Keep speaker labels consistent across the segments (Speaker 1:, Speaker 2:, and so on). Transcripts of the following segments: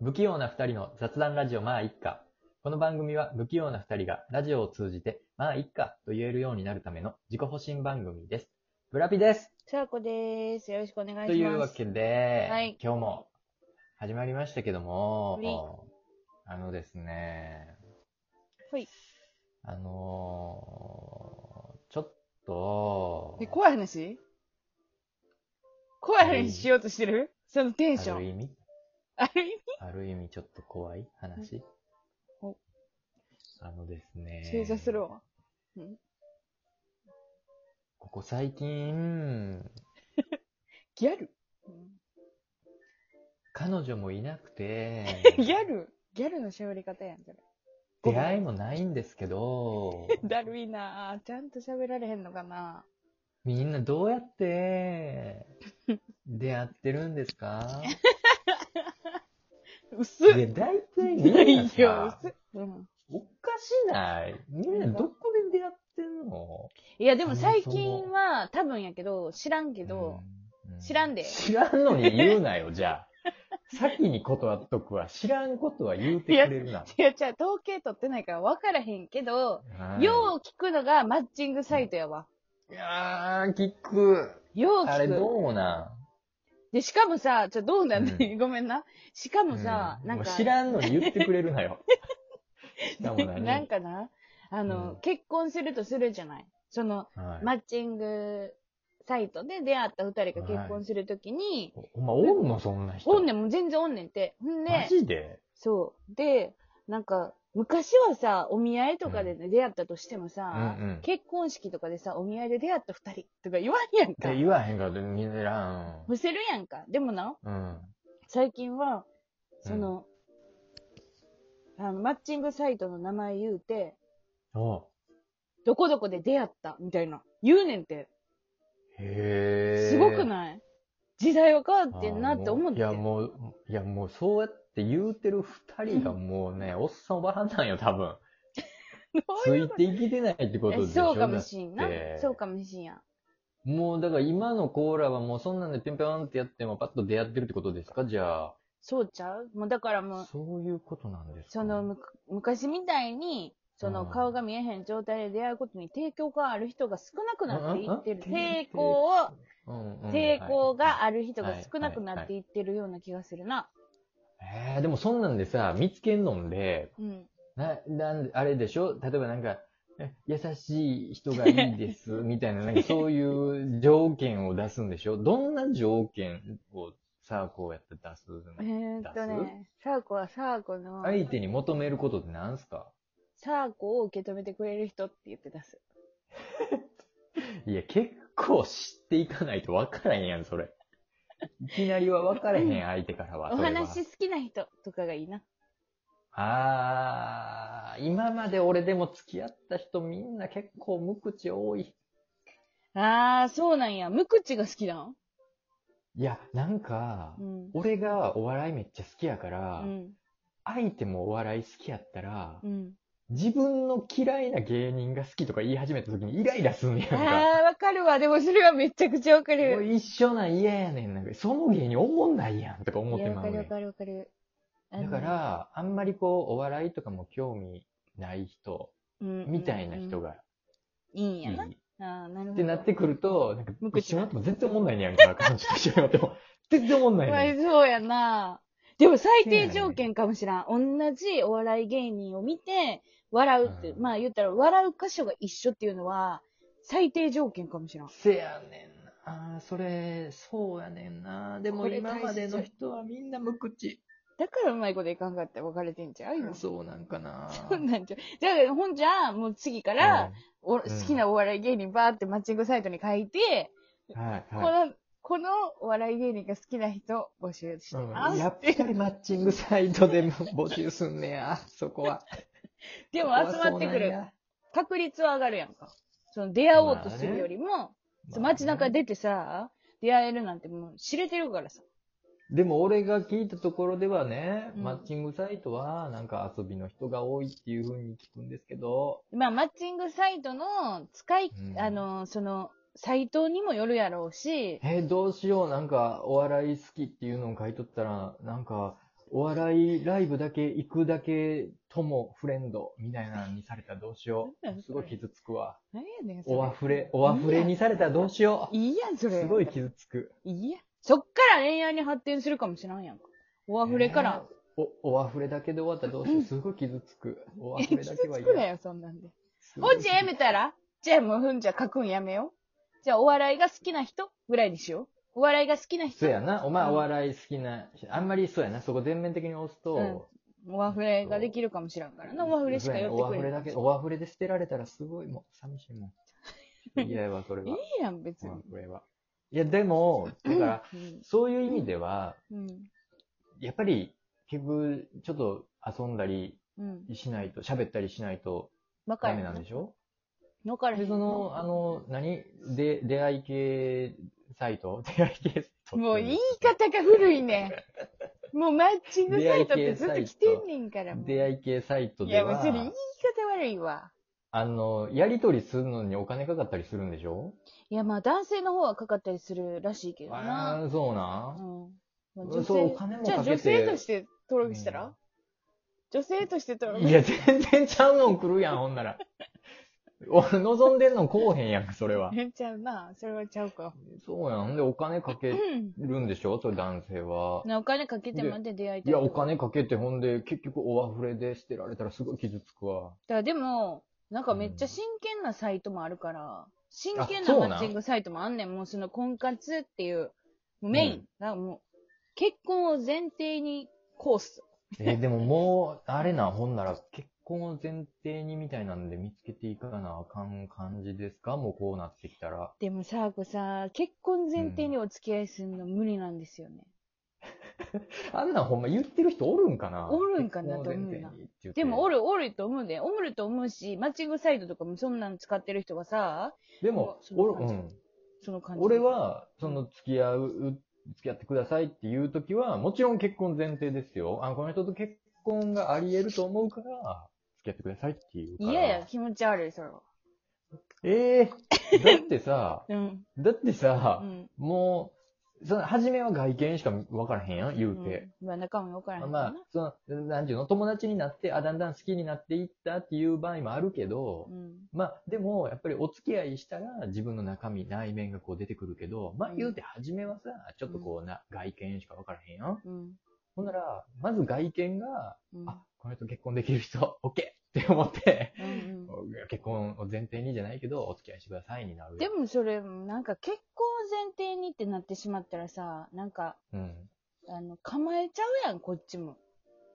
Speaker 1: 不器用な二人の雑談ラジオまあ一家。この番組は不器用な二人がラジオを通じてまあ一家と言えるようになるための自己保身番組です。ブラピです
Speaker 2: さやこです。よろしくお願いします。
Speaker 1: というわけで、
Speaker 2: はい
Speaker 1: 今日も始まりましたけども
Speaker 2: は、
Speaker 1: あのですね、
Speaker 2: はい。
Speaker 1: あのーちょっと、
Speaker 2: え、怖い話怖い話しようとしてるそのテンシ
Speaker 1: ある
Speaker 2: ョン。
Speaker 1: 意味、
Speaker 2: ある意味
Speaker 1: ある意味ちょっと怖い話
Speaker 2: おお
Speaker 1: あのですね、
Speaker 2: 正座するわ。
Speaker 1: ここ最近、
Speaker 2: ギャル、
Speaker 1: 彼女もいなくて
Speaker 2: ギャルギャルの喋り方やん、それ。
Speaker 1: 出会いもないんですけ ど、
Speaker 2: だるいなぁ。ちゃんと喋られへんのかな
Speaker 1: みんなどうやって出会ってるんですか
Speaker 2: 薄
Speaker 1: い
Speaker 2: っ
Speaker 1: や、大体み
Speaker 2: い
Speaker 1: んな
Speaker 2: や、
Speaker 1: さ
Speaker 2: 薄、っ、うん。
Speaker 1: おかしないみんなどこで出会ってんの
Speaker 2: いや、でも最近は、多分やけど、知らんけど、
Speaker 1: う
Speaker 2: 知らんで
Speaker 1: 知らんのに言うな よ、じゃあ。先に断っとくわ。知らんことは言うてくれるな。
Speaker 2: いや、じゃあ統計取ってないから分からへんけ
Speaker 1: は
Speaker 2: ど、
Speaker 1: い
Speaker 2: よう聞くのがマッチングサイトやわ。
Speaker 1: いやー、聞く。
Speaker 2: よう聞く。
Speaker 1: あれどうなん
Speaker 2: で、しかもさ、ちょ、どうなんだ、
Speaker 1: う
Speaker 2: ごめんな。しかもさ、
Speaker 1: うん
Speaker 2: なん
Speaker 1: も
Speaker 2: か、
Speaker 1: う知らんのに言ってくれる なよ。しかも何
Speaker 2: なんかな、あの、
Speaker 1: うん
Speaker 2: 結婚するとするじゃない。その、
Speaker 1: はい
Speaker 2: マッチングサイトで出会った二人が結婚するときに、
Speaker 1: お前おんのそんな人。
Speaker 2: おんねん、もう全然おんねんって。ほん
Speaker 1: マ
Speaker 2: で、
Speaker 1: ジで
Speaker 2: そう。で、なんか、昔はさ、お見合いとかでね、出会ったとしてもさ、
Speaker 1: うんうん
Speaker 2: 結婚式とかでさ、お見合いで出会った二人とか言わんやんか
Speaker 1: で。言わへんから見らん。
Speaker 2: むせるやんか。でもな、
Speaker 1: うん。
Speaker 2: 最近は、その、あの、マッチングサイトの名前言うて、
Speaker 1: お
Speaker 2: どこどこで出会った、みたいな。言うねんて。
Speaker 1: へえ。
Speaker 2: すごくない時代は変わってんなって思って。
Speaker 1: あーもういや、もう、いや、もうそうやって言うてる二人がもうね、おっさんおばはんなんよ、多分。
Speaker 2: ど
Speaker 1: つ
Speaker 2: ういう
Speaker 1: いていけてないってことでしょ
Speaker 2: そうかもしんな
Speaker 1: だって。
Speaker 2: そうかもしんや。
Speaker 1: もう、だから今のコーラはもうそんなんでピョンピョンってやってもパッと出会ってるってことですかじゃあ。
Speaker 2: そうちゃうもうだからもう、
Speaker 1: そういうことなんですか
Speaker 2: その、むか昔みたいに、その
Speaker 1: うん
Speaker 2: 顔が見えへん状態で出会うことに抵抗がある人が少なくなっていってる。
Speaker 1: うんうん
Speaker 2: 抵抗を、
Speaker 1: うんうん
Speaker 2: 抵抗が
Speaker 1: は
Speaker 2: ある人が少なくなっていってるような気がするな。
Speaker 1: いえーでもそんなんでさ、見つけんのんで、
Speaker 2: うん。
Speaker 1: な、なんで、あれでしょ例えばなんか、え優しい人がいい です、みたいな、なんかそういう条件を出すんでしょどんな条件をさ、こうやって出す
Speaker 2: え
Speaker 1: の
Speaker 2: ーっとね、サーコはサーコの、
Speaker 1: 相手に求めることってなんすか
Speaker 2: サーコを受け止めてくれる人って言って出す。
Speaker 1: いや、結構知っていかないと分からへんやん、それ。いきなりは分からへん、相手からは。
Speaker 2: お
Speaker 1: それは
Speaker 2: 話好きな人とかがいいな。
Speaker 1: あー、今まで俺でも付き合った人みんな結構無口多い。
Speaker 2: あー、そうなんや。無口が好きなん
Speaker 1: いや、なんか、
Speaker 2: うん。
Speaker 1: 俺がお笑いめっちゃ好きやから、
Speaker 2: うん。
Speaker 1: 相手もお笑い好きやったら、
Speaker 2: うん。
Speaker 1: 自分の嫌いな芸人が好きとか言い始めた時にイライラすんねやんか。
Speaker 2: あ ー、わかるわ。でもそれはめちゃくちゃわか
Speaker 1: もう
Speaker 2: る。
Speaker 1: 一緒なん嫌やねん。なんかその芸人おもんないやんとか思っ
Speaker 2: いや
Speaker 1: て
Speaker 2: わ
Speaker 1: ま
Speaker 2: か
Speaker 1: う
Speaker 2: る
Speaker 1: ね
Speaker 2: わ
Speaker 1: ん。
Speaker 2: かるわかる。あ
Speaker 1: だ
Speaker 2: の
Speaker 1: から、あんまりこう、お笑いとかも興味ない人、
Speaker 2: うん
Speaker 1: みたいな人
Speaker 2: が。
Speaker 1: が
Speaker 2: いいん
Speaker 1: い
Speaker 2: や
Speaker 1: い。
Speaker 2: な。
Speaker 1: っ
Speaker 2: あー、なるほど。
Speaker 1: てなってくると、なんか
Speaker 2: 無、口
Speaker 1: 一緒になっても全然おもんないねやんか、彼女と一緒になっても。全然おもんない
Speaker 2: まあ
Speaker 1: ねん。
Speaker 2: そうやな。でも最低条件かもしらん。同じお笑い芸人を見て、笑うって、
Speaker 1: うん
Speaker 2: まあ言ったら笑う箇所が一緒っていうのは、最低条件かもしらん。
Speaker 1: せやねんな。あーそれ、そうやねんな。でも
Speaker 2: これ
Speaker 1: 今までの
Speaker 2: 大切
Speaker 1: 人はみんな無口。
Speaker 2: だからうまいこといかんかったら別れてんちゃう今。そ
Speaker 1: そうなんかな。
Speaker 2: うなんちゃう。じゃあ、ほんじゃあ、もう次から、お好きなお笑い芸人バーってマッチングサイトに書いて、
Speaker 1: うん、はい、
Speaker 2: こ
Speaker 1: はい。
Speaker 2: の、このお笑い芸人が好きな人募集してま
Speaker 1: うん、
Speaker 2: す。
Speaker 1: やっぱりマッチングサイトでも募集すんねや、そこは。
Speaker 2: でも集まってくる。確率は上がるやんか。その出会おうとするよりも、
Speaker 1: そこはそうなんや。まあ
Speaker 2: 街中出てさ、出会えるなんてもう知れてるからさ。
Speaker 1: でも俺が聞いたところではね、
Speaker 2: うん
Speaker 1: マッチングサイトはなんか遊びの人が多いっていうふうに聞くんですけど、
Speaker 2: まあ、マッチングサイトの使い、
Speaker 1: うん
Speaker 2: あの、その、サイトにもよるやろうし、
Speaker 1: えーどうしよう、なんかお笑い好きっていうのを書いとったら、なんかお笑いライブだけ行くだけ友フレンドみたいなのにされたらどうしよ
Speaker 2: なんなん
Speaker 1: う。
Speaker 2: そ
Speaker 1: す
Speaker 2: れ
Speaker 1: ごい傷つくわ。
Speaker 2: 何やねん、それ。
Speaker 1: おわふれ、おわふれにされたらどうしよう。
Speaker 2: いいやん、それ。
Speaker 1: すごい傷つく。
Speaker 2: いいやん。そっから恋愛に発展するかもしらんやんか。おあふれから。
Speaker 1: えー。お、おわふれだけで終わったらどうしよう。すごい傷つく。おわ
Speaker 2: え、
Speaker 1: ふれ
Speaker 2: 傷
Speaker 1: だ
Speaker 2: つ
Speaker 1: けは
Speaker 2: くな
Speaker 1: 嫌。
Speaker 2: よ、そんなんで。
Speaker 1: すご
Speaker 2: ほ
Speaker 1: い
Speaker 2: んじゃやめたらじゃあもうふんじゃ書くんやめよう。じゃあお笑いが好きな人ぐらいにしよう。お笑いが好きな人。
Speaker 1: そうやな。お前
Speaker 2: うん
Speaker 1: お笑い好きな、あんまりそうやな。そこ全面的に押すと、
Speaker 2: おわふれができるかもしらんからな。おわふれしか寄って
Speaker 1: おわ
Speaker 2: くれ
Speaker 1: ふ
Speaker 2: な
Speaker 1: れ
Speaker 2: い。
Speaker 1: だけ、おわふれで捨てられたらすごいもう、寂しい もん。嫌やわ、それ
Speaker 2: い
Speaker 1: は。
Speaker 2: いやん、別
Speaker 1: お
Speaker 2: に
Speaker 1: わ。ふれは。いや、でも、だから、
Speaker 2: うん
Speaker 1: そういう意味では、
Speaker 2: うん。
Speaker 1: やっぱり、結局、ちょっと遊んだり
Speaker 2: うん。
Speaker 1: しないと、喋ったりしないと
Speaker 2: バカ
Speaker 1: ダ
Speaker 2: や
Speaker 1: メなんで
Speaker 2: し
Speaker 1: しょ
Speaker 2: ょ。のからへ
Speaker 1: で、
Speaker 2: ん
Speaker 1: その、あ、の、何で、出会い系サイト 出会い系サイト。
Speaker 2: もう言い方が古いねん。もうマッチングサイトってずっと来てんねんから。もう
Speaker 1: 出会い系サイト
Speaker 2: い
Speaker 1: で
Speaker 2: や、
Speaker 1: は、
Speaker 2: 別に言い方悪いわ。
Speaker 1: あの、やりとりするのにお金かかったりするんでしょ
Speaker 2: いや、まあ男性の方はかかったりするらしいけどな。
Speaker 1: ああ、そう
Speaker 2: う。
Speaker 1: なん
Speaker 2: まあ
Speaker 1: うんそう、お金も
Speaker 2: じゃあ
Speaker 1: か
Speaker 2: 女
Speaker 1: け
Speaker 2: 性と
Speaker 1: て
Speaker 2: し。て登録したら、
Speaker 1: うん
Speaker 2: 女性として登録
Speaker 1: いや、全然ちゃうのん来るやん、ほんなら。 俺、望んでんのこうへんやんか、それは。
Speaker 2: ちゃうな。それはちゃうか。
Speaker 1: そうやん。ほんで、お金かけ
Speaker 2: うん。
Speaker 1: るんでしょそれ男性は。
Speaker 2: なお金かけてまで出会いた
Speaker 1: い
Speaker 2: い。
Speaker 1: や、お
Speaker 2: だか
Speaker 1: 金かけて、ほんで、結局、おあふれで捨てられたらすごい傷つくわ。
Speaker 2: らでも、なんかめっちゃ真剣なサイトもあるから、真剣な
Speaker 1: あそう
Speaker 2: マ
Speaker 1: なん
Speaker 2: ッチングサイトもあんねん。もうその婚活っていう、メイン。
Speaker 1: うん
Speaker 2: だからもう、結婚を前提にコース。
Speaker 1: えーでももう、あれな、ほんなら、結婚を前提にみたいなんで見つけていかなあかん感じですかもうこうなってきたら。
Speaker 2: でもさ、こさ、結婚前提にお付き合いするの無理なんですよね。
Speaker 1: あんなんほんま言ってる人おるんかな
Speaker 2: おるんかなと思うな
Speaker 1: 結婚を前提にって言って
Speaker 2: でも、おる、おると思うで。おると思うし、マッチングサイトとかもそんなん使ってる人がさ、
Speaker 1: でも、
Speaker 2: そ
Speaker 1: お
Speaker 2: んな
Speaker 1: る、
Speaker 2: 感
Speaker 1: う
Speaker 2: じ
Speaker 1: ん。
Speaker 2: その感じ。
Speaker 1: 俺、は、その、付き合う、付き合ってくださいっていうときは、もちろん結婚前提ですよ。あ、この人と結婚があり得ると思うから、付き合ってくださいっていうから。
Speaker 2: いやいや、気持ち悪い、それは。、
Speaker 1: ええだってさ
Speaker 2: うん。
Speaker 1: だってさ、
Speaker 2: うん。
Speaker 1: もう、その、初めは外見しか分からへんやん、言うて。
Speaker 2: うん。まあ、中身分からへんから
Speaker 1: まあ
Speaker 2: な。、
Speaker 1: その、なんていうの、友達になって、あ、だんだん好きになっていったっていう場合もあるけど、
Speaker 2: うん。
Speaker 1: まあ、でも、やっぱりお付き合いしたら、自分の中身、内面がこう出てくるけど、ま
Speaker 2: う
Speaker 1: あ、
Speaker 2: ん
Speaker 1: 言うて、初めはさ、ちょっとこうな、外見しか分からへんやん。
Speaker 2: うん。
Speaker 1: ほんなら、まず外見が、
Speaker 2: うん。
Speaker 1: あ、この人結婚できる人、 オッケーって思って、
Speaker 2: うんうん
Speaker 1: 結婚を前提にじゃないけど、お付き合いしてくださいになる。
Speaker 2: で、もそれ、なんか結婚を前提にってなってしまったらさ、なんか、
Speaker 1: うん。
Speaker 2: あの、構えちゃうやん、こっちも。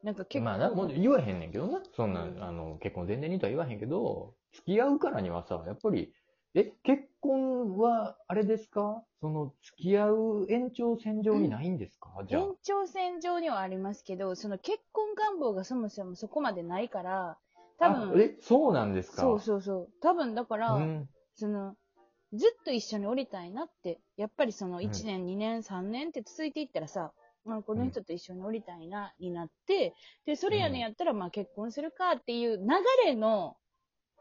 Speaker 2: なんか結構。
Speaker 1: まあな、もう言わへんねんけどな。そんな、
Speaker 2: うん
Speaker 1: あの、結婚前提にとは言わへんけど、付き合うからにはさ、やっぱり、え、結婚は、あれですかその、付き合う延長線上にないんですか、じゃあ。
Speaker 2: 延長線上にはありますけど、その結婚願望がそもそもそこまでないから、多
Speaker 1: あ
Speaker 2: 分、
Speaker 1: え、そうなんですか
Speaker 2: そうそうそう。多分だから、
Speaker 1: うん。
Speaker 2: その、ずっと一緒に降りたいなって、やっぱりその
Speaker 1: ん
Speaker 2: 1年、2年、3年って続いていったらさ、まあ、この人と一緒に降りたいな、になって、で、それやねんやったら、まあ結婚するかっていう流れの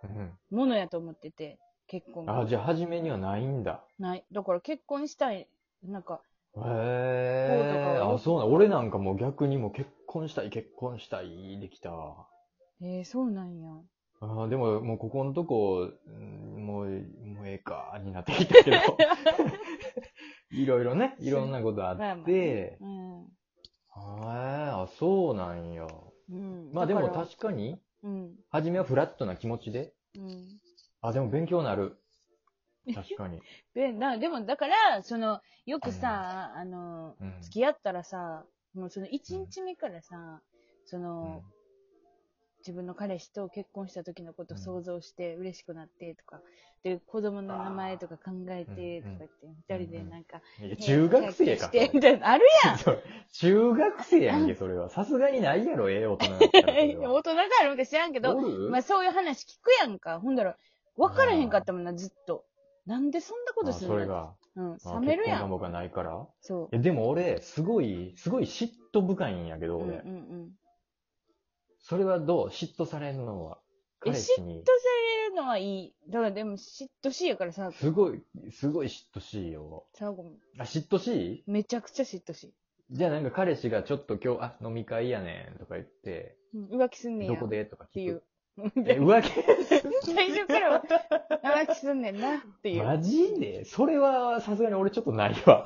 Speaker 1: うん
Speaker 2: ものやと思ってて、結婚
Speaker 1: あ、
Speaker 2: が。
Speaker 1: じゃあ、初めにはないんだ。
Speaker 2: ない。だから結婚したい、なんか、
Speaker 1: へ
Speaker 2: こうと
Speaker 1: え
Speaker 2: かは
Speaker 1: あ、そうなん。俺なんかもう逆にもう結婚したい、結婚したい、できた。
Speaker 2: えー、そうなんや。
Speaker 1: あーでも、もうここのとこ、うんもう、もうええか、になってきた けど。いろいろね、いろんなことあ
Speaker 2: ま
Speaker 1: っ
Speaker 2: あまあね
Speaker 1: て、
Speaker 2: うん。
Speaker 1: あーあ、そうなんや。
Speaker 2: うん。
Speaker 1: まあでも
Speaker 2: だから
Speaker 1: 確かに、
Speaker 2: うん。
Speaker 1: 初めはフラットな気持ちで、
Speaker 2: うん。
Speaker 1: あ、でも勉強になる。確かに。
Speaker 2: で、な、でも、だから、その、よくさ、あの、
Speaker 1: うん
Speaker 2: 付き合ったらさ、もうその1日目からさ、その、自分の彼氏と結婚した時のことを想像して嬉しくなってとか、で、子供の名前とか考えてとか言って、
Speaker 1: うんうん
Speaker 2: 二人でなんか、
Speaker 1: うんいや中学生か。
Speaker 2: キ
Speaker 1: そ
Speaker 2: ャッキャしてみ
Speaker 1: れ
Speaker 2: たいな、ある
Speaker 1: そう中学生やんけ、それは。さすがにないやろ、ええ大人だっ たらそ
Speaker 2: や
Speaker 1: れ
Speaker 2: ん。
Speaker 1: は。
Speaker 2: 大人があるんか知らんけど、
Speaker 1: おる
Speaker 2: まあそういう話聞くやんか。ほんだら、わからへんかったもんな、ずっと。なんでそんなこと
Speaker 1: あ
Speaker 2: する
Speaker 1: そ
Speaker 2: の
Speaker 1: れが。
Speaker 2: うん、
Speaker 1: あ
Speaker 2: 冷めるや
Speaker 1: 結婚願
Speaker 2: ん。
Speaker 1: 望がないから。
Speaker 2: そう。
Speaker 1: え、でも俺、すごい、すごい嫉妬深いんやけど、
Speaker 2: うんうん
Speaker 1: 俺。
Speaker 2: うん。
Speaker 1: それはどう嫉妬されんのは。
Speaker 2: え
Speaker 1: 彼氏に。
Speaker 2: 嫉妬されるのはいい。だからでも嫉妬しいやからさ、
Speaker 1: すごい、すごい嫉妬しいよ。
Speaker 2: さあごめん
Speaker 1: あ、嫉妬しい
Speaker 2: めちゃくちゃ嫉妬しい。
Speaker 1: じゃあなんか彼氏がちょっと今日、あ、飲み会やねんとか言って、
Speaker 2: うん浮気すんねや。
Speaker 1: どこでとか
Speaker 2: ってい
Speaker 1: 聞
Speaker 2: う
Speaker 1: く。。え、
Speaker 2: 最
Speaker 1: 浮気
Speaker 2: 初から浮気すんねんなっていう。
Speaker 1: マジでそれはさすがに俺ちょっとないわ。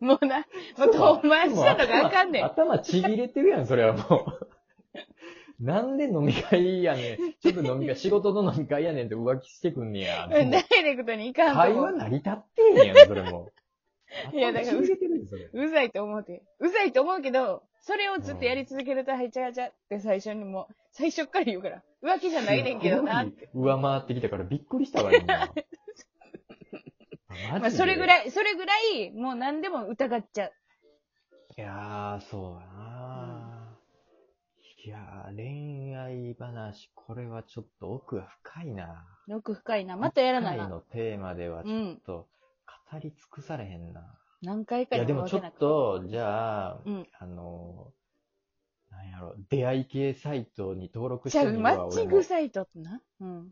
Speaker 2: もうな、もう遠回ししたのがあかんねん。
Speaker 1: 頭ちぎれてるやん、それはもう。 なんで飲み会やねん。ちょっと飲み会、仕事の飲み会やねんって浮気してくんね や。
Speaker 2: うんダイレクトにいかん
Speaker 1: 会
Speaker 2: と思
Speaker 1: 話
Speaker 2: う。
Speaker 1: 成り立ってんやん、それも。
Speaker 2: いやだから
Speaker 1: 頭ちぎれてるよ、それ。
Speaker 2: うざいと思うて。うざいと思うけど、それをずっとやり続けると、はいちゃがちゃって最初にもう、最初っから言うから。浮気じゃないねんけどな。
Speaker 1: すごい上回ってきたからびっくりしたわ、 今。
Speaker 2: まあ、それぐら
Speaker 1: い。
Speaker 2: い、それぐらい、もう何でも疑っちゃう。
Speaker 1: いやー、そうやな、いやー、恋愛話、これはちょっと奥が深いな。
Speaker 2: よく深いな。またやらな
Speaker 1: 一回
Speaker 2: な。
Speaker 1: のテーマでは
Speaker 2: う
Speaker 1: ちょっ
Speaker 2: ん。
Speaker 1: と語り尽くされへんな。
Speaker 2: 何回
Speaker 1: い
Speaker 2: か
Speaker 1: や、で
Speaker 2: に
Speaker 1: も
Speaker 2: 分
Speaker 1: ちょ
Speaker 2: けな
Speaker 1: っ
Speaker 2: くて
Speaker 1: と、じゃあ、
Speaker 2: うん
Speaker 1: あのー、なんやろ、出会い系サイトに登録し
Speaker 2: じゃ
Speaker 1: て
Speaker 2: あ、
Speaker 1: みる
Speaker 2: マ
Speaker 1: わ、
Speaker 2: ッチ
Speaker 1: 俺
Speaker 2: ン
Speaker 1: も
Speaker 2: グ。サイトってな。うん。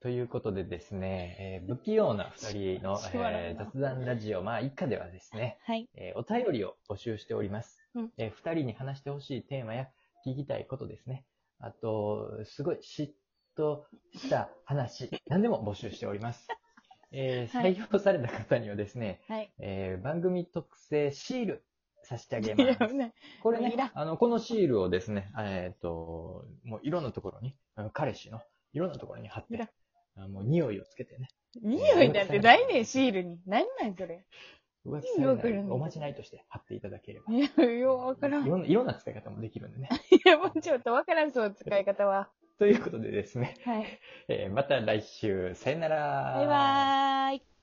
Speaker 1: ということでですね、えー不器用な二人の、
Speaker 2: しばらくな
Speaker 1: えー雑談ラジオ、まあ、一家ではですね、
Speaker 2: はい。
Speaker 1: えーお便りを募集しております。
Speaker 2: うん
Speaker 1: えー二人に話してほしいテーマや聞きたいことですね。あと、すごい嫉妬した 話、何でも募集しております。えー
Speaker 2: はい
Speaker 1: 採用された方にはですね、
Speaker 2: はい。
Speaker 1: えー番組特製シール差し上げ
Speaker 2: いや
Speaker 1: ます。
Speaker 2: ね
Speaker 1: これ
Speaker 2: いらん
Speaker 1: ね、あの、このシールをですね、えっ、と、もういろんなところに、あの彼氏のいろんなところに貼っ
Speaker 2: いらん
Speaker 1: て、あもう匂いをつけてね、
Speaker 2: 匂いなんてないねん、シールに。何なんそれ。
Speaker 1: 浮気
Speaker 2: 意味わ
Speaker 1: さ
Speaker 2: か
Speaker 1: れな
Speaker 2: ら
Speaker 1: んい
Speaker 2: ない
Speaker 1: おまじないとして貼っていただければ。
Speaker 2: いや、ようわからん。
Speaker 1: い
Speaker 2: い
Speaker 1: ろんな。いろんな使い方もできるんでね。
Speaker 2: や、もうちょっとわからん、その使い方は。
Speaker 1: ということでですね、
Speaker 2: はい。
Speaker 1: えーまた来週、さよなら。
Speaker 2: バイバーイ。